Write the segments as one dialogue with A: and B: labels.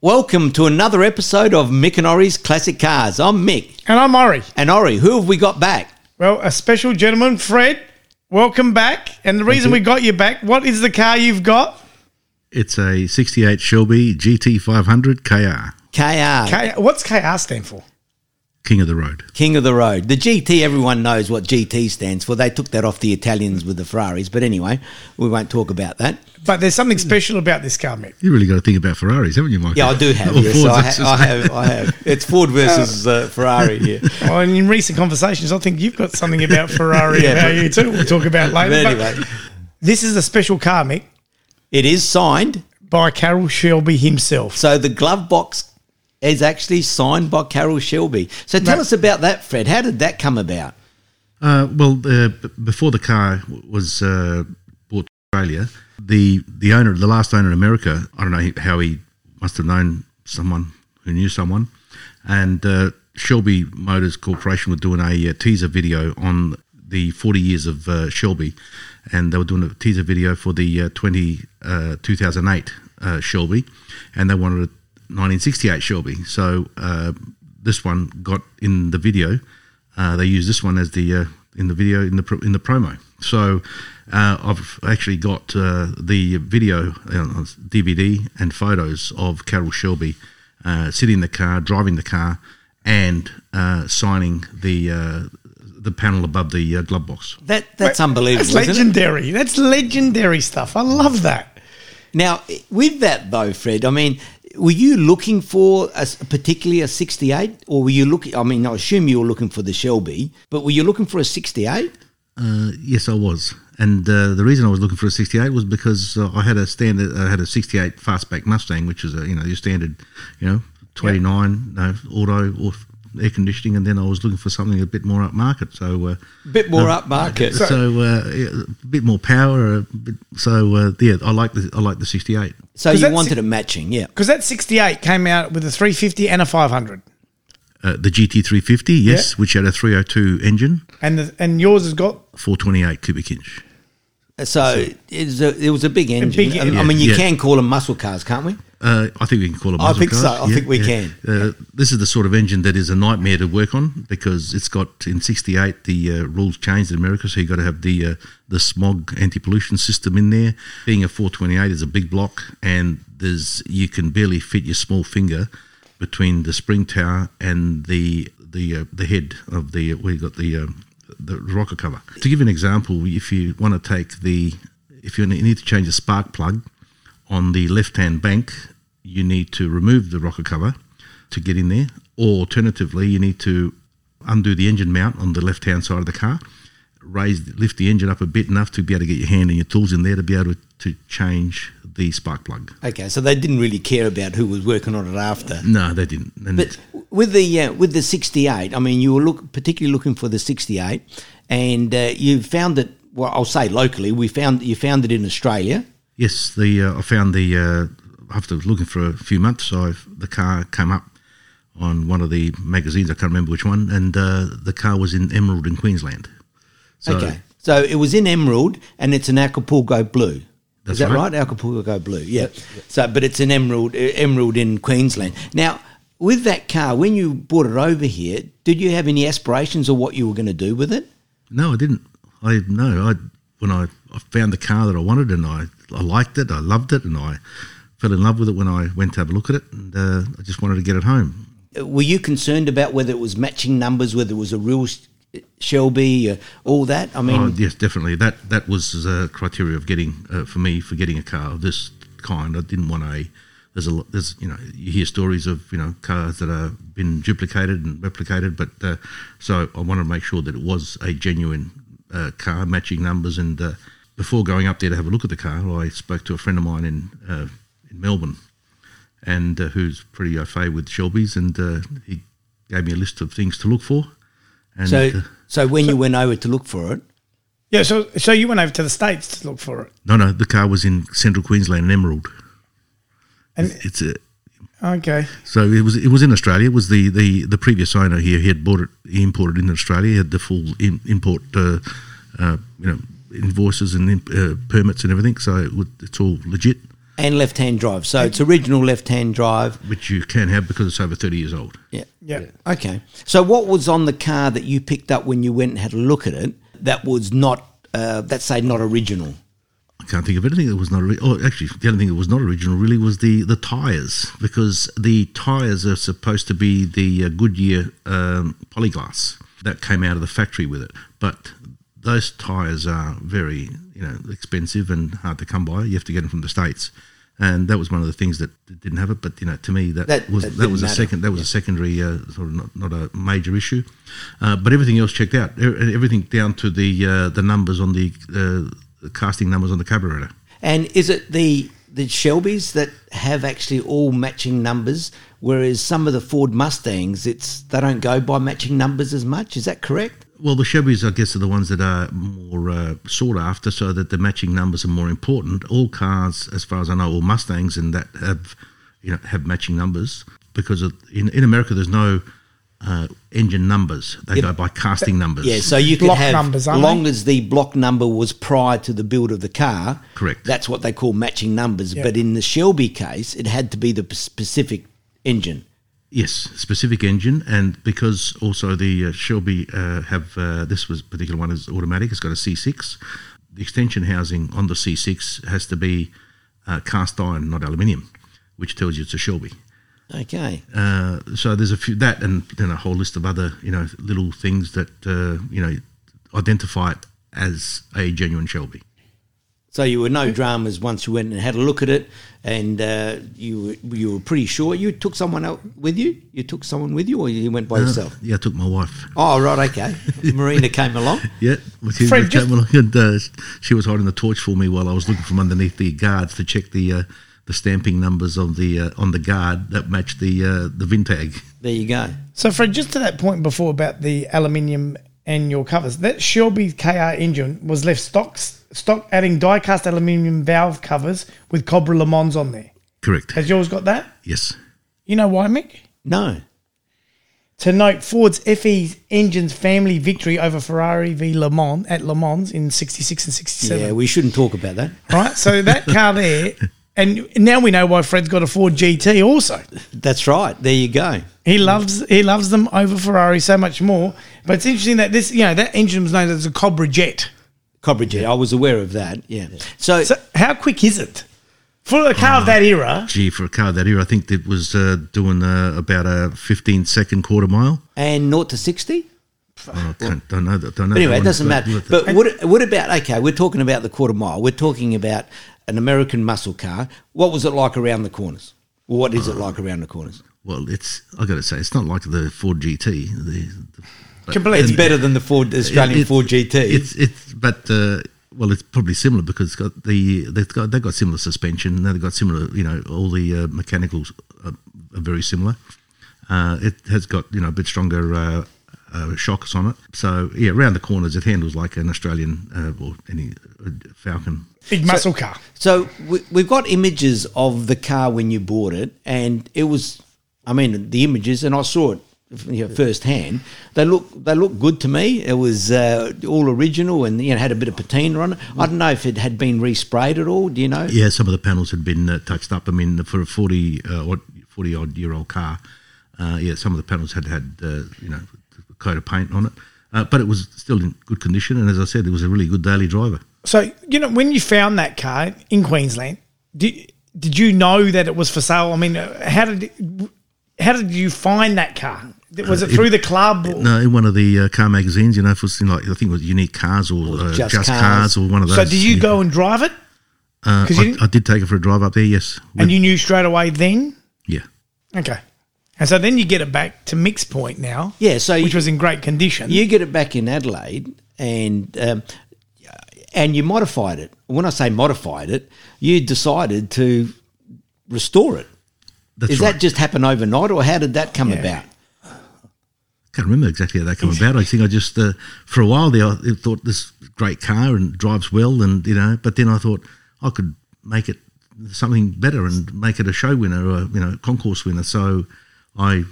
A: Welcome to another episode of Mick and Ori's Classic Cars. I'm Mick.
B: And I'm Ori.
A: And Ori, who have we got back?
B: Well, a special gentleman, Fred, welcome back. And the reason we got you back, what is the car you've got?
C: It's a 68 Shelby GT500 KR,
A: KR,
B: K- What's KR stand for?
C: King of the Road.
A: King of the Road. The GT, everyone knows what GT stands for. They took that off the Italians with the Ferraris. But anyway, we won't talk about that.
B: But there's something special about this car, Mick.
C: You really got to think about Ferraris, haven't you, Michael?
A: Yeah, I do have.
C: Or
A: Yes,
C: Fords,
A: I,
C: that's
A: ha- I
C: just-
A: have. I have. It's Ford versus uh, Ferrari here.
B: Well, and in recent conversations, I think you've got something about Ferrari
A: Yeah,
B: about
A: but-
B: you too. We'll talk about
A: But
B: later. But
A: anyway,
B: this is a special car, Mick,
A: it is signed.
B: by Carol Shelby himself.
A: So the glove box is actually signed by Carol Shelby. So tell
B: No.
A: us about that, Fred. How did that come about?
C: Uh, well, uh, b- before the car w- was uh, bought to Australia, the the owner, the last owner in America, I don't know he- how he must have known someone who knew someone, and uh, Shelby Motors Corporation were doing a uh, teaser video on the 40 years of uh, Shelby, and they were doing a teaser video for the uh, 20 uh, 2008 uh, Shelby, and they wanted a 1968 Shelby. So uh, this one got in the video uh, they use this one as the uh, in the video in the pro- in the promo. So uh, I've actually got uh, the video uh, DVD and photos of Carol Shelby uh, sitting in the car, driving the car, and uh, signing the uh, the panel above the uh, glove box.
A: That that's unbelievable.
B: That's
A: isn't it?
B: legendary. That's legendary stuff. I love that.
A: Now, with that though, Fred, I mean, were you looking for a, particularly a 68, or were you looking? I mean, I assume you were looking for the Shelby, but were you looking for a 68?
C: Uh, yes, I was, and uh, the reason I was looking for a '68 was because uh, I had a standard, I had a '68 fastback Mustang, which is a you know your standard, you know, 29 no, auto or air conditioning, and then I was looking for something a bit more upmarket, so uh,
A: A bit more upmarket.
C: so, uh, yeah, a bit more power. A bit, so uh, yeah, I like the I like the '68.
A: So
B: Because
A: you
B: that's-
A: wanted a matching, yeah.
B: Because that 68 came out with a 350 and a 500.
C: Uh, the GT350, yes, which had a 302 engine,
B: And, the, and yours has got
C: 428 cubic inch.
A: So it was a, it was a big engine. Um,
B: big
A: I
B: engine.
A: mean, you
C: Yeah.
A: can call them muscle cars, can't we?
C: Uh, I think we can call it.
A: I think so. I think we
C: Uh, this is the sort of engine that is a nightmare to work on because it's got in '68 the uh, rules changed in America, so you got to have the uh, the smog anti-pollution system in there. Being a 428 is a big block, and there's you can barely fit your small finger between the spring tower and the the uh, the head of the where you got the uh, the rocker cover. To give you an example, if you want to take the if you need to change a spark plug on the left hand bank, you need to remove the rocker cover to get in there, or alternatively, you need to undo the engine mount on the left hand side of the car, raise lift the engine up a bit enough to be able to get your hand and your tools in there to be able to, to change the spark plug.
A: Okay, so they didn't really care about who was working on it after.
C: No, they didn't. And
A: But with the uh, with the 68, I mean, you were look particularly looking for the 68, and uh, you found it. Well, I'll say locally, we found you found it in Australia.
C: Yes, the uh, I found the uh, after looking for a few months, I the car came up on one of the magazines. I can't remember which one, and uh, the car was in Emerald in Queensland. So
A: Okay. So it was in emerald and it's an Acapulco blue. Is
C: That's
A: that right?
C: right.
A: Acapulco blue. Yeah. So, but it's an emerald, uh, emerald in Queensland. Now, with that car, when you brought it over here, did you have any aspirations of what you were going to do with it?
C: No, I didn't. I no. I when I, I found the car that I wanted, and I, I liked it. I loved it, and I fell in love with it when I went to have a look at it. And uh, I just wanted to get it home.
A: Uh, Were you concerned about whether it was matching numbers, whether it was a real s- Shelby, uh, all that? I mean,
C: Oh, yes, definitely. That that was a criteria of getting uh, for me for getting a car of this kind. I didn't want a there's a lo- there's you know you hear stories of you know cars that are been duplicated and replicated, but uh, so I wanted to make sure that it was a genuine uh, car matching numbers. And uh, before going up there to have a look at the car, I spoke to a friend of mine in uh, in Melbourne, and uh, who's pretty au fait with Shelby's, and uh, he gave me a list of things to look for. And
A: so,
C: uh,
A: so when you went over to look for it,
B: Yeah, so so you went over to the states to look for it,
C: No, no, the car was in central Queensland in Emerald.
B: and
C: It's a,
B: okay,
C: so it was it was in Australia. It was the, the, the previous owner here. He had bought it, he imported it in Australia. He had the full in, import, uh, uh, you know, invoices and imp, uh, permits and everything. So it would, it's all legit.
A: and left-hand drive. So it's original left-hand drive.
C: which you can have because it's over 30 years old.
A: Yeah.
B: Yeah.
A: Okay. So what was on the car that you picked up when you went and had a look at it that was not, uh, let's say, not original?
C: I can't think of anything that was not. Ori- oh, actually, the only thing that was not original really was the the tires because the tires are supposed to be the uh, Goodyear um, polyglass that came out of the factory with it, but those tires are very you know expensive and hard to come by. You have to get them from the states, and that was one of the things that didn't have it. But you know, to me, that,
A: That-
C: was
A: that
C: that,
A: didn't
C: was a
A: matter.
C: second that was a secondary uh, sort of not, not a major issue, uh, but everything else checked out. E- Everything down to the uh, the numbers on the. Uh, the casting numbers on the carburetor.
A: And is it the the Shelbys that have actually all matching numbers, whereas some of the Ford Mustangs, it's they don't go by matching numbers as much? Is that correct?
C: Well, the Chevys, I guess, are the ones that are more uh, sought after, so that the matching numbers are more important. All cars, as far as I know, all Mustangs and that have, you know, have matching numbers because of, in in America there's no uh, engine numbers; they go by casting numbers.
A: Yeah, so you could
B: Block
A: have
B: numbers, aren't
A: long as the block number was prior to the build of the car.
C: Correct.
A: That's what they call matching numbers.
B: Yeah.
A: But in the Shelby case, it had to be the p- specific engine.
C: Yes, specific engine, and because also the uh, Shelby uh, have uh, this was particular one is automatic. It's got a C6. The extension housing on the C6 has to be uh, cast iron, not aluminium, which tells you it's a Shelby.
A: Okay.
C: Uh, so there's a few that, and then a whole list of other you know little things that uh, you know identify it as a genuine Shelby.
A: So you were no dramas once you went and had a look at it, and uh, you were, you were pretty sure you took someone out with you. You took someone with you, or you went by yourself.
C: Yeah, I took my wife.
A: Oh right, okay. Marina came along.
C: Yeah, with his
B: Fred,
C: with
B: just-
C: Cameron, and, uh, she was holding the torch for me while I was looking from underneath the guards to check the uh, the stamping numbers on the uh, on the guard that matched the uh, the VIN tag.
A: There you go.
B: So, Fred, just to that point before about the aluminium and your covers, that Shelby KR engine was left stock, stock adding die cast aluminium valve covers with Cobra Le Mans on there.
C: Correct.
B: Has yours got that?
C: Yes.
B: You know why, Mick?
A: No.
B: To note Ford's FE engine's family victory over Ferrari v Le Mans at Le Mans in 66 and 67.
A: Yeah, we shouldn't talk about that.
B: Right? So that car there, and now we know why Fred's got a Ford GT also.
A: That's right. There you go.
B: He loves he loves them over Ferrari so much more. But it's interesting that this you know that engine was known as a Cobra Jet.
A: Cobra Jet. I was aware of that. Yeah. So,
B: So how quick is it for a car of that era?
C: Gee, for a car that year, I think it was uh, doing uh, about a 15 second quarter mile.
A: and naught to sixty.
C: Oh, I can't, don't know that. Don't know.
A: But anyway, it
C: that one.
A: doesn't matter.
C: But-
A: But what what about okay? We're talking about the quarter mile. We're talking about an American muscle car. What was it like around the corners? Well, what is it like around the corners?
C: Well, it's I got to say, it's not like the Ford GT. The, the
B: Completely.
A: It's better than the Ford the Australian
C: It- it-
A: Ford GT.
C: It's it's but uh, well, it's probably similar because it's got the they've got they've got similar suspension. They've got similar, you know, all the uh, mechanicals are, are very similar. Uh, it has got you know a bit stronger uh, uh, shocks on it. So yeah, around the corners it handles like an Australian uh, or any uh, Falcon.
B: Big muscle car.
A: so we, we've got images of the car when you bought it, and it was, I mean, the images, and I saw it you know, firsthand. They look they look good to me. It was uh, all original, and you know had a bit of patina on it. I don't know if it had been resprayed at all. Do you know?
C: Yeah, some of the panels had been uh, touched up. I mean, for a forty uh, odd forty odd year old car, uh, yeah, some of the panels had had uh, you know a coat of paint on it, uh, but it was still in good condition. And as I said, it was a really good daily driver.
B: So you know when you found that car in Queensland, did did you know that it was for sale? I mean, uh, how did how did you find that car? Was Uh, it through the club? Or?
C: No, in one of the uh, car magazines, you know, for something like I think it was Unique Cars or uh,
A: Just
C: Just,
A: Cars.
C: cars. or one of those.
B: So did you
C: yeah.
B: go and drive it?
C: Uh,
B: 'cause
C: I,
B: you-
C: I did take it for a drive up there. Yes.
B: And you knew straight away then?
C: yeah.
B: Okay. And so then you get it back to Mick's point now.
A: Yeah, so
B: Which
A: you-
B: was in great condition.
A: You get it back in Adelaide, and um, and you modified it. When I say modified it, you decided to restore it.
C: That's
A: Is
C: right.
A: that just happen overnight, or how did that come
B: Yeah.
A: about?
C: can't remember exactly how that came about. I think I just uh, for a while there I thought this great car and drives well, and you know, but then I thought I could make it something better and make it a show winner or you know concourse winner. So I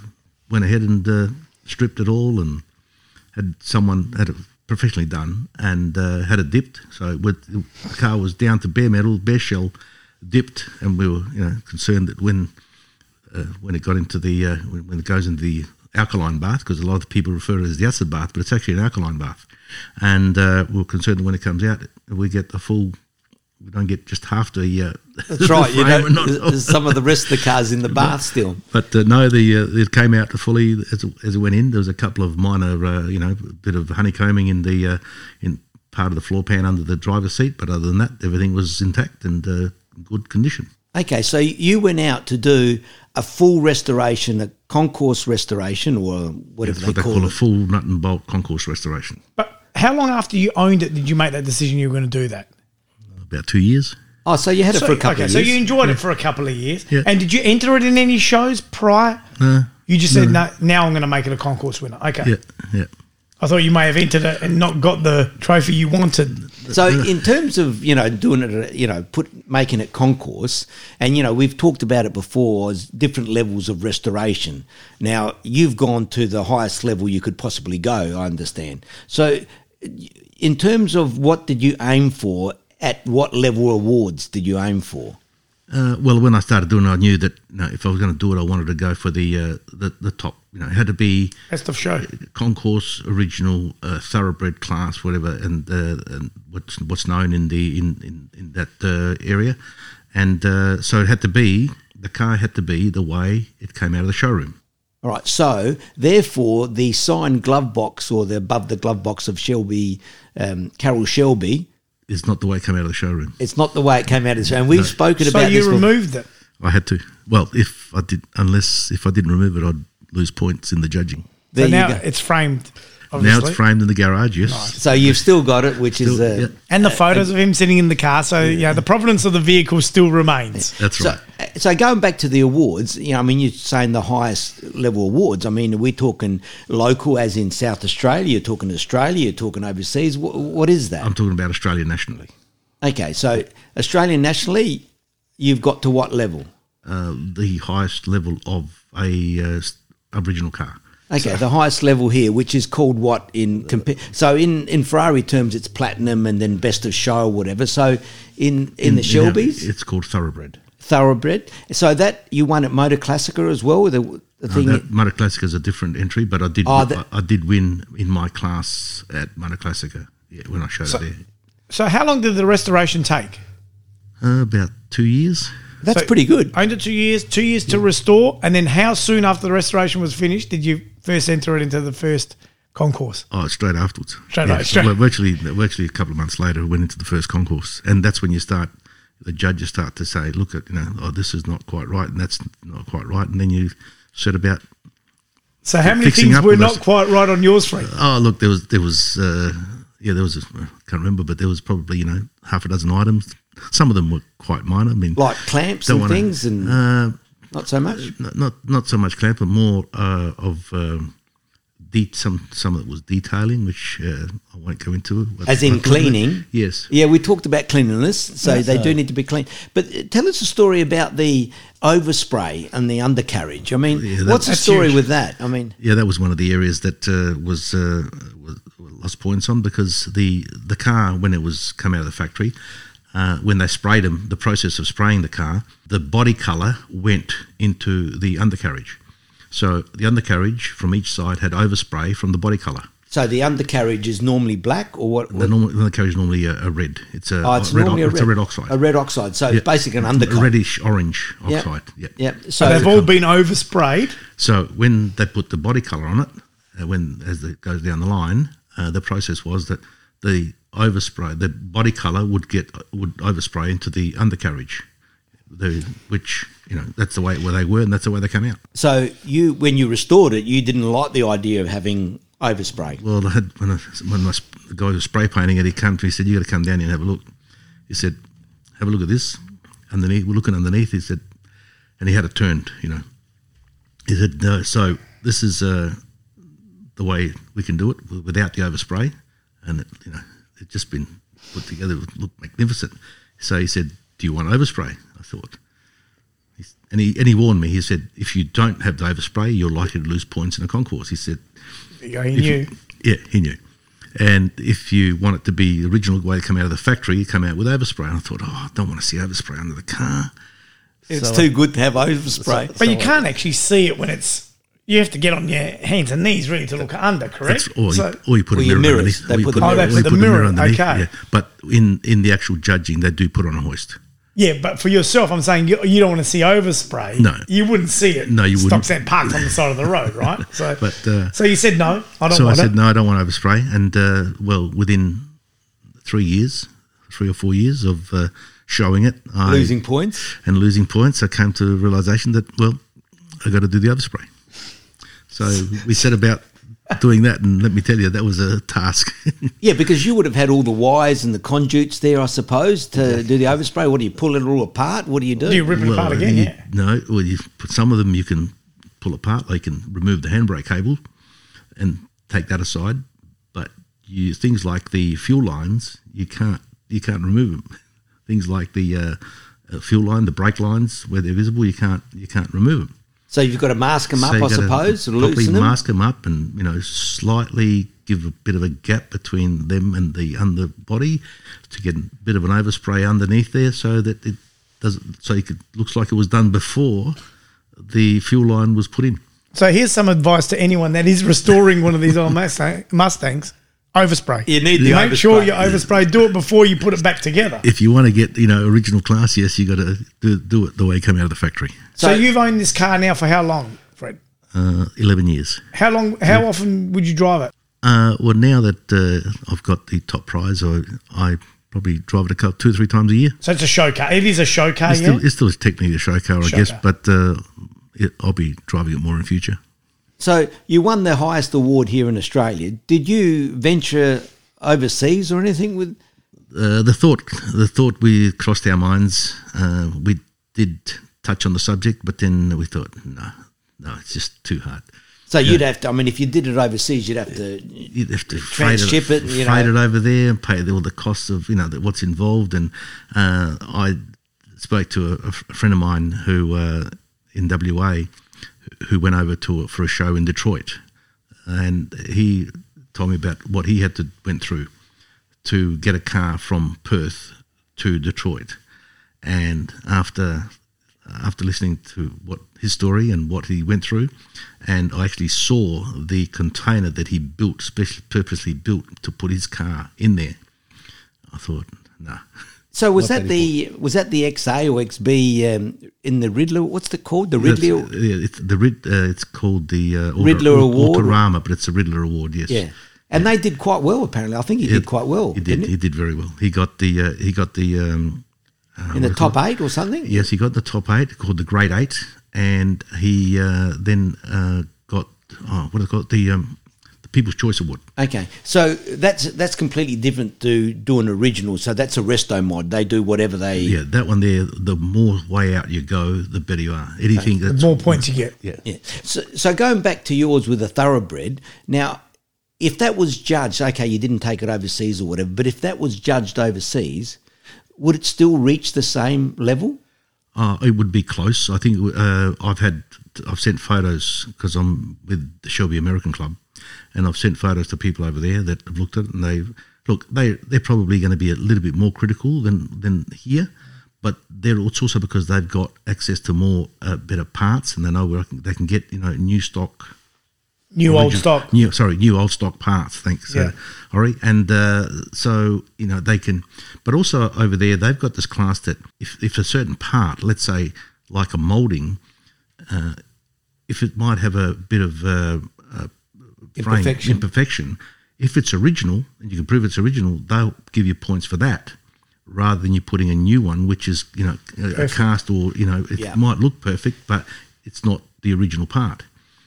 C: went ahead and uh, stripped it all and had someone had it professionally done and uh, had it dipped. So with, the car was down to bare metal, bare shell, dipped, and we were you know concerned that when uh, when it got into the uh, when, when it goes into the alkaline bath because a lot of people refer to it as the acid bath, but it's actually an alkaline bath, and uh, we we're concerned that when it comes out, we get the full. We don't get just half the. Uh,
A: That's right. You
C: frame
A: know,
C: and not-
A: there's some of the rest of the cars in the bath still.
C: but uh, no, the uh, it came out fully as, as it went in. There was a couple of minor, uh, you know, bit of honeycombing in the uh, in part of the floor pan under the driver's seat, but other than that, everything was intact and uh, good condition.
A: Okay, so you went out to do a full restoration, a concourse restoration, or whatever
C: That's what
A: they
C: they
A: call,
C: call a
A: it.
C: full nut and bolt concourse restoration.
B: But how long after you owned it did you make that decision you were going to do that?
C: About two years.
A: Oh, so you had it for a couple
B: okay,
A: of
B: so
A: years.
B: you enjoyed it for a couple of years.
C: Yeah.
B: And did you enter it in any shows prior?
A: Uh.
C: No.
B: You just said, no, now I'm going to make it a concourse winner. Okay.
C: Yeah, yeah.
B: I thought you may have entered it and not got the trophy you wanted.
A: So
B: Mm.
A: in terms of you know doing it, you know, put making it concourse, and you know we've talked about it before as different levels of restoration. Now you've gone to the highest level you could possibly go. I understand. So in terms of what did you aim for? At what level awards did you aim for?
C: Uh, well, when I started doing it, I knew that you know, if I was going to do it, I wanted to go for the uh, the, the top. You know, it had to be
B: Best of show.
C: concourse original uh, thoroughbred class whatever and, uh, and what's what's known in the in in, in that uh, area and uh, so it had to be the car had to be the way it came out of the showroom
A: All right. So therefore, the signed glove box or the above the glove box of Shelby um, Carol Shelby,
C: it's not the way it came out of the showroom
A: it's not the way it came out. Of, and we've spoken
B: So
A: about this.
B: you
A: before.
B: removed it.
C: i had to well if i did unless if i didn't remove it i'd lose points in the judging
A: There
B: so
A: you
B: now
A: go.
B: it's framed,
C: now
B: obviously.
C: it's framed in the garage yes
A: So you've still got it, which is
C: Still-
A: uh,
C: yeah,
B: And the photos of him sitting in the car. So, yeah, the provenance of the vehicle still remains.
C: that's
A: so. uh,
C: right
A: So going back to the awards, you know, I mean, you're saying the highest level awards. I mean, we're talking local, as in South Australia. You're talking Australia. You're talking overseas. Wh- what is that?
C: i'm talking about australia nationally
A: okay, so Australian nationally, you've got to what level?
C: uh, the highest level of a uh, s- original car
A: Okay, the highest level here, which is called what in compa- so in in Ferrari terms, it's platinum and then best of show or whatever. So in in, the
C: You know,
A: Shelby's
C: it's called thoroughbred
A: thoroughbred. So that you won at Motor Classica as well. The, the
C: No,
A: thing.
C: Oh, that Motor Classica is a different entry, but I did
A: Oh, that-
C: I, I did win in my class at Motor Classica yeah, when I showed it there.
B: So, how long did the restoration take?
C: Uh, about two years.
A: that's
B: So-
A: pretty good.
B: Owned it two years, two years to restore. And then, how soon after the restoration was finished did you first enter it into the first concourse?
C: Oh, straight afterwards.
B: Straight
C: yeah,
B: after- straight-
C: well, virtually, virtually a couple of months later, I went into the first concourse, and that's when you start. The judges start to say, "Look, at you know, oh, this is not quite right, and that's not quite right," and then you set about
B: So, how many
C: Fixing
B: things
C: up
B: were
C: with
B: not
C: us.
B: quite right on yours, friend?
C: Oh, look, there was there was uh, yeah, there was a, I can't remember, but there was probably you know half a dozen items. Some of them were quite minor. I mean,
A: Like clamps
C: don't
A: and
C: wanna-
A: things and-
C: uh,
A: Not so much.
C: not not, not so much clamp, but more uh, of um, de- some some of it was detailing, which uh, I won't go into.
A: As in cleaning?
C: yes.
A: Yeah, we talked about cleanliness, so they do need to be clean. But uh, tell us a story about the overspray and the undercarriage. I mean,
C: Oh, Yeah, that-
A: what's the
B: That's
A: story
B: huge.
A: with that? I mean,
C: Yeah, that was one of the areas that uh, was, uh, was lost points on because the the car when it was come out of the factory, uh, when they sprayed them, the process of spraying the car, the body color went into the undercarriage, so the undercarriage from each side had overspray from the body color.
A: so the undercarriage is normally black, or what?
C: The, normal, the undercarriage is normally a, a red. It's a
A: oh, it's
C: red,
A: normally
C: o-
A: a red,
C: it's a red oxide.
A: A red oxide. So
C: Yeah.
A: it's basically an
C: A
A: undercoat.
C: reddish orange
A: Yeah.
C: oxide. Yeah.
A: Yeah.
C: Uh,
B: So,
A: So
B: they've all been oversprayed.
C: So when they put the body color on it, uh, when as it goes down the line, uh, the process was that the overspray, the body color would get would overspray into the undercarriage, the which you know that's the way where they were and that's the way they came out.
A: So you, when you restored it, you didn't like the idea of having overspray.
C: Well, I had when, I, when my, sp- the guy was spray painting it, he came to me. He said, "You got to come down here and have a look." He said, "Have a look at this." Underneath, we're looking underneath. He said, and he had it turned. You know, he said, "No, so this is uh, the way we can do it w- without the overspray." And it, you know, it's just been put together, it looked magnificent. So he said, "Do you want overspray?" I thought. He's- And he, and he warned me. He said, "If you don't have the overspray, you're likely to lose points in a concourse." He said,
B: There you go, he knew.
C: yeah, he knew. And if you want it to be the original way it come out of the factory, you come out with overspray. And I thought, oh, I don't want to see overspray under the car.
A: It's
C: So-
A: too good to have overspray.
B: But you can't actually see it when it's. You have to get on your hands and knees really to look under, correct?
C: That's, or,
B: So-
C: you, or you put
A: Or
C: a
A: your
C: mirror
A: mirrors.
C: underneath.
A: They
C: or you
A: put
C: put
A: the
C: a-
A: Oh, they
C: or
A: put
C: you
B: the
C: put a
B: mirror,
C: mirror underneath.
B: okay.
C: Yeah. But in, in the actual judging, they do put on a hoist.
B: yeah, but for yourself, I'm saying you, you don't want to see overspray.
C: No.
B: you wouldn't see it.
C: No, you wouldn't.
B: Stockstand parked on the side of the road, right? So,
C: But, uh,
B: so you said no. I don't
C: So I
B: want it.
C: said, no, I don't want overspray. And uh, well, within three years, three or four years of uh, showing it I,
A: Losing points.
C: and losing points, I came to the realization that, well, I got to do the overspray. So we set about doing that. And let me tell you, that was a task.
A: Yeah, because you would have had all the wires and the conduits there, I suppose, to do the overspray. What do you pull it all apart? What do you do?
B: you rip it apart again.
C: you-
B: yeah,
C: No, well, you put some of them you can pull apart. They can remove the handbrake cable and take that aside. But you things like the fuel lines, you can't you can't remove them. Things like the uh, uh, fuel line, the brake lines, where they're visible, you can't you can't remove them.
A: so you've got to mask them
C: So
A: up,
C: you
A: I
C: gotta
A: suppose, or
C: properly
A: loosen them.
C: mask them up, and you know, slightly give a bit of a gap between them and the underbody to get a bit of an overspray underneath there, so that it doesn't. So it looks like it was done before the fuel line was put in.
B: So here's some advice to anyone that is restoring one of these old Mustang, Mustangs: overspray.
A: You need the
B: make sure
A: overspray.
B: you overspray. Do it before you put it back together.
C: If you want to get you know original class, yes, you got to do, do it the way it came out of the factory.
B: So,
A: So-
B: you've owned this car now for how long, Fred?
C: Uh, Eleven years.
B: How long? How often would you drive it?
C: Uh, well, now that uh, I've got the top prize, I, I probably drive it a couple, two or three times a year.
B: So it's a show car. It is a show car,
C: It's,
B: yeah.
C: still, it's still technically a show car, I
B: Show
C: guess,
B: car.
C: but uh, it, I'll be driving it more in future.
A: So you won the highest award here in Australia. Did you venture overseas or anything with?
C: Uh, the thought, the thought, we crossed our minds. Uh, we did touch on the subject, but then we thought, no, no, it's just too hard.
A: So you'd have to. I mean, if you did it overseas, you'd have to.
C: You'd have to
A: Transship it, you know.
C: freight it over there, and pay all the costs of you know the, what's involved. And uh, I spoke to a, a f- a friend of mine who uh, in WA who went over to for a show in Detroit, and he told me about what he had to went through to get a car from Perth to Detroit. And after after listening to what his story and what he went through, and I actually saw the container that he built, specially purposely built to put his car in there, I thought, nah.
A: So was that the was that the XA or XB um, in the Riddler? What's it called? The Ridley.
C: That's- yeah, it's the Rid, uh, it's called the uh, Auto-
A: Riddler
C: Aut-
A: Award?
C: Autorama, but it's a Riddler Award, yes.
A: Yeah. And they did quite well, apparently. I think he did quite well.
C: He did.
A: didn't
C: He did very well. He got the uh, he got the um,
A: he? In the top eight or something?
C: Yes, he got the top eight, called the Great Eight, and he uh, then uh, got oh, what is it called the um, the People's Choice Award.
A: Okay. So that's that's completely different to doing original. So that's a resto mod. They do whatever they.
C: Yeah, that one there. The more way out you go, the better you are. Anything that's
B: More points you get.
C: yeah.
A: Yeah. So, so going back to yours with a thoroughbred, now, if that was judged, okay, you didn't take it overseas or whatever, but if that was judged overseas, would it still reach the same level?
C: Uh, it would be close. I think uh, I've had I've sent photos because I'm with the Shelby American Club, and I've sent photos to people over there that have looked at it and they look they they're probably going to be a little bit more critical than than here, but they're it's also because they've got access to more uh, better parts and they know where I can, they can get you know new stock
B: New old
C: origin-
B: stock.
C: New, sorry, new old stock parts. Thanks,
B: Yeah.
C: uh, Ori. And uh, so you know they can, but also over there they've got this class that if if a certain part, let's say like a molding, uh, if it might have a bit of uh, uh, frame
A: Imperfection.
C: imperfection, if it's original and you can prove it's original, they'll give you points for that. Rather than you putting a new one, which is you know a, a cast or you know it
A: Yeah.
C: might look perfect, but it's not the original part.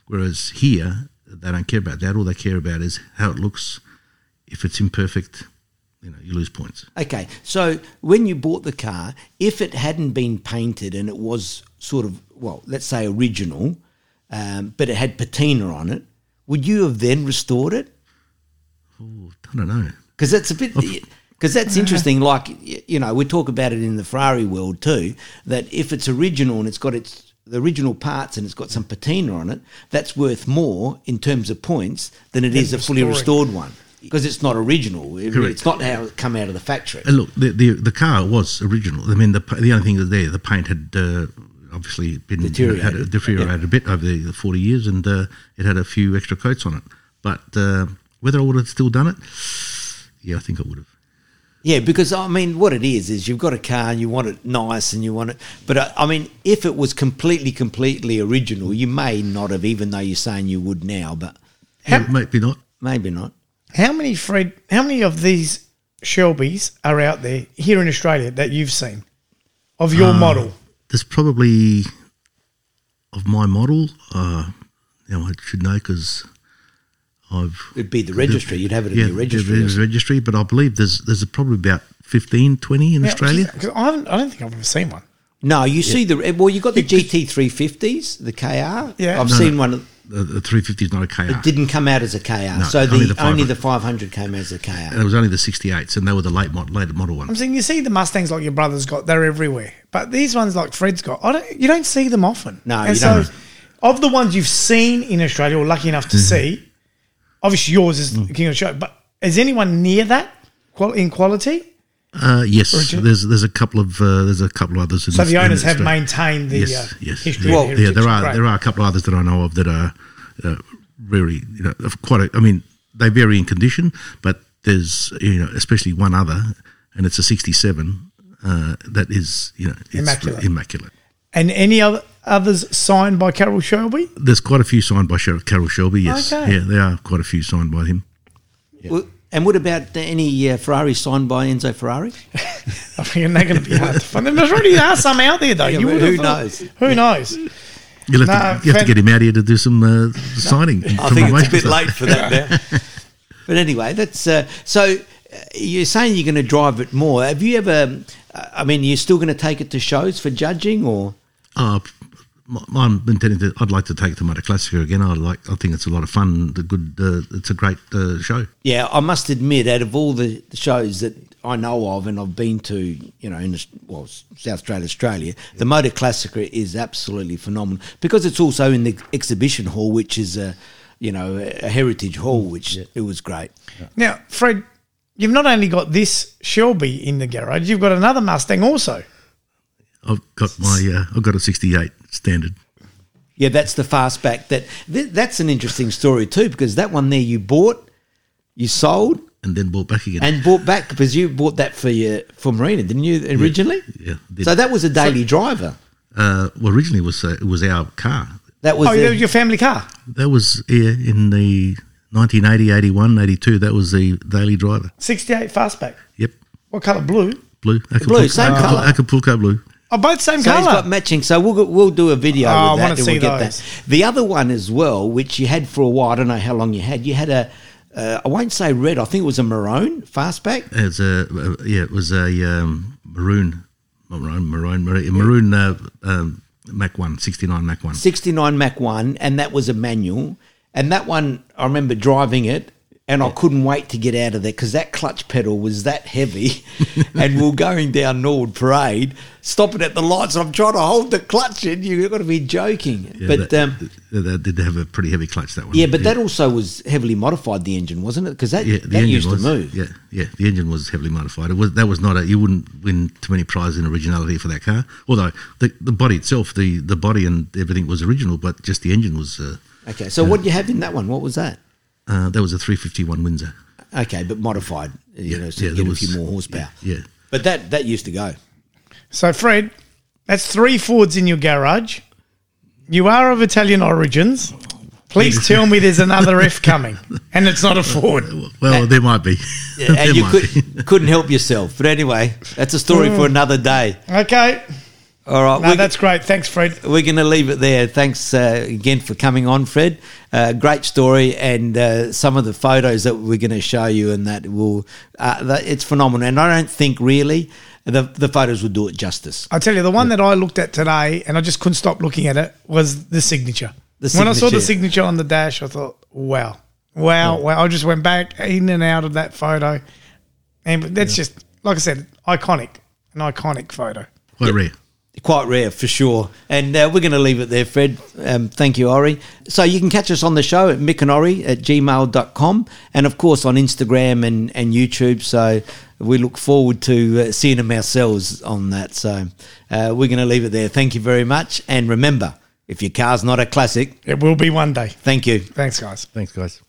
C: Whereas here, they don't care about that. All they care about is how it looks. If it's imperfect, you know, you lose points.
A: Okay. So when you bought the car, if it hadn't been painted and it was sort of, well, let's say original, um, but it had patina on it, would you have then restored it?
C: Oh, I don't know.
A: because that's a bit because that's interesting. Like y- you know, we talk about it in the Ferrari world too. That if it's original and it's got its the original parts and it's got some patina on it, that's worth more in terms of points than it is a fully
B: restoring.
A: restored one. because it's not original. It-
C: Correct.
A: It's not how it come out of the factory.
C: And Uh, look, the, the the car was original. I mean, the pa- the only thing that there, the paint had uh, obviously been
A: Deteriorated.
C: had a- deteriorated a bit over the, the forty years, and uh, it had a few extra coats on it. But uh, whether I would have still done it, yeah, I think I would have.
A: Yeah, because I mean, what it is is you've got a car and you want it nice and you want it, but uh, I, I mean, if it was completely, completely original, you may not have, even though you're saying you would now, but
C: Yeah, maybe not.
A: maybe not.
B: How many Fred? How many of these Shelbys are out there here in Australia that you've seen of your
A: Uh,
B: model?
C: There's probably of my model. Uh, now I should know because I've
A: It'd be the registry. You'd have it in your registry.
C: the registry. But I believe there's there's probably about 15, 20 in Australia.
B: Because I, haven't- I don't think I've ever seen one.
A: No, you see the eh, well. You got the GT three fifties, the KR.
B: Yeah.
A: I've
B: No,
A: seen one.
C: The, the 350 is not a KR.
A: It didn't come out as a KR.
C: No,
A: so the
C: only
A: only the,
C: the 500.
A: five hundred came out as a KR.
C: and it was only the 68s, and they were the late mod, later model
B: I'm
C: ones.
B: saying you see the Mustangs like your brother's got, they're everywhere. But these ones like Fred's got, I don't, you don't see them often.
A: No,
B: and
A: you
B: so
A: don't.
B: of the ones you've seen in Australia or lucky enough to
C: Mm-hmm.
B: see, obviously yours is
C: Mm.
B: the king of the show. But is anyone near that qual- in quality?
C: Uh, yes,
B: Origin-
C: there's there's a couple of uh, there's a couple of others. In
B: So
C: this-
B: the
C: in
B: owners
C: this
B: have
C: state.
B: maintained the
C: Yes,
B: uh,
C: yes.
B: history.
C: yeah,
B: and
C: yeah, there
B: heritage.
C: are
B: Great.
C: there are a couple of others that I know of that are uh, very you know of quite. A, I mean, they vary in condition, but there's you know especially one other, and it's a 67 uh, that is you know it's
B: Immaculate.
C: immaculate.
B: And any other others signed by Carol Shelby?
C: There's quite a few signed by Sheriff Carol Shelby. Yes,
B: Okay.
C: yeah, there are quite a few signed by him.
A: Well, And what about the- any uh, Ferrari signed by Enzo Ferrari?
B: I mean, they're going to be hard to find. There already are some out there, though. you
A: but
B: would have
A: who
B: thought.
A: knows?
B: Who knows? No,
C: You'll have, to, you have
B: Fred-
C: to get him out here to do some uh, signing.
A: I
C: some
A: think it's a
C: promotion
A: bit
C: stuff.
A: late for that now. but anyway, that's uh, so. uh, You're saying you're going to drive it more. Have you ever? um, uh, I mean, you're still going to take it to shows for judging, or
C: Uh, m- I'm intending to. I'd like to take it to Motor Classica again. I like. I think it's a lot of fun. The good. Uh, it's a great uh, show.
A: yeah, I must admit, out of all the the shows that I know of and I've been to, you know, in Aus- well S- South Australia, Australia, the Motor Classica is absolutely phenomenal because it's also in the exhibition hall, which is a, you know, a heritage hall,
C: Mm,
A: which it was great.
B: Now, Fred, you've not only got this Shelby in the garage, you've got another Mustang also.
C: I've got my. Uh, I've got a '68 standard.
A: Yeah, that's the fastback. That th- that's an interesting story too, because that one there you bought, you sold,
C: And then bought back again.
A: and bought back because you bought that for your for Marina, didn't you originally?
C: yeah, did.
A: So that was a daily driver.
C: uh, well, originally it was uh, it was our car.
A: That was
B: Oh,
A: the-
B: yeah, your family car.
C: That was yeah, in the 1980, 81, 82. That was the daily driver.
B: 68 fastback.
C: Yep,
B: What colour? Blue.
C: blue.
A: Blue, same
C: Acapulco,
A: colour.
C: Acapulco blue.
B: Oh, both same
A: so he's
B: colour.
A: got matching. So we'll go- we'll do a video.
B: Oh, I
A: with that,
B: wanna
A: and
B: see
A: we'll get
B: those.
A: That. The other one as well, which you had for a while. I don't know how long you had. You had a uh, I won't say red. I think it was a maroon fastback.
C: It's a uh, yeah. It was a um, maroon, maroon, maroon, maroon, maroon uh, um, Mac One, 69 Mac One.
A: 69 Mac 1, and that was a manual. And that one, I remember driving it, and I couldn't wait to get out of there because that clutch pedal was that heavy. and we we're going down Norwood Parade, stopping at the lights, and I'm trying to hold the clutch in. You've got to be joking.
C: Yeah,
A: but.
C: that,
A: um,
C: that- that did have a pretty heavy clutch that one.
A: yeah, but that also was heavily modified the engine, wasn't it? Because that
C: Yeah,
A: that used
C: was,
A: to move.
C: Yeah, yeah, the engine was heavily modified. It was that was not a you wouldn't win too many prizes in originality for that car. Although the, the body itself, the, the body and everything was original, but just the engine was uh,
A: Okay, so what did you have in that one? What was that?
C: uh, that was a three fifty one Windsor.
A: Okay, but modified, you know, so
C: yeah,
A: you
C: there
A: get a
C: was-
A: few more horsepower.
C: yeah, yeah.
A: but that that used to go.
B: So, Fred, that's three Fords in your garage. You are of Italian origins. Please tell me there's another F coming, and it's not a Ford.
C: Well, there might be. There
A: and you
C: might be.
A: could, couldn't help yourself. But anyway, that's a story for another day.
B: Okay,
A: All right,
B: Mm. no,
A: we're,
B: that's great. Thanks, Fred.
A: we're going to leave it there. Thanks uh, again for coming on, Fred. Uh, great story, and uh, some of the photos that we're going to show you, and that will uh, that, it's phenomenal. And I don't think really the the photos will do it justice.
B: I tell you, the one that I looked at today, and I just couldn't stop looking at it, was the signature.
A: The
B: when I saw the
A: signature.
B: signature on the dash, I thought, wow, wow, wow. I just went back in and out of that photo, and that's just like I said, iconic, an iconic photo.
C: Quite rare.
A: Quite rare for sure. And uh, we're going to leave it there, Fred. Um, thank you, Ori. So you can catch us on the show at mickandori at gmail.com and, of course, on Instagram and, and YouTube. So we look forward to uh, seeing them ourselves on that. So uh, we're going to leave it there. Thank you very much. And remember, if your car's not a classic,
B: It will be one day.
A: thank you.
B: Thanks, guys.
C: Thanks, guys.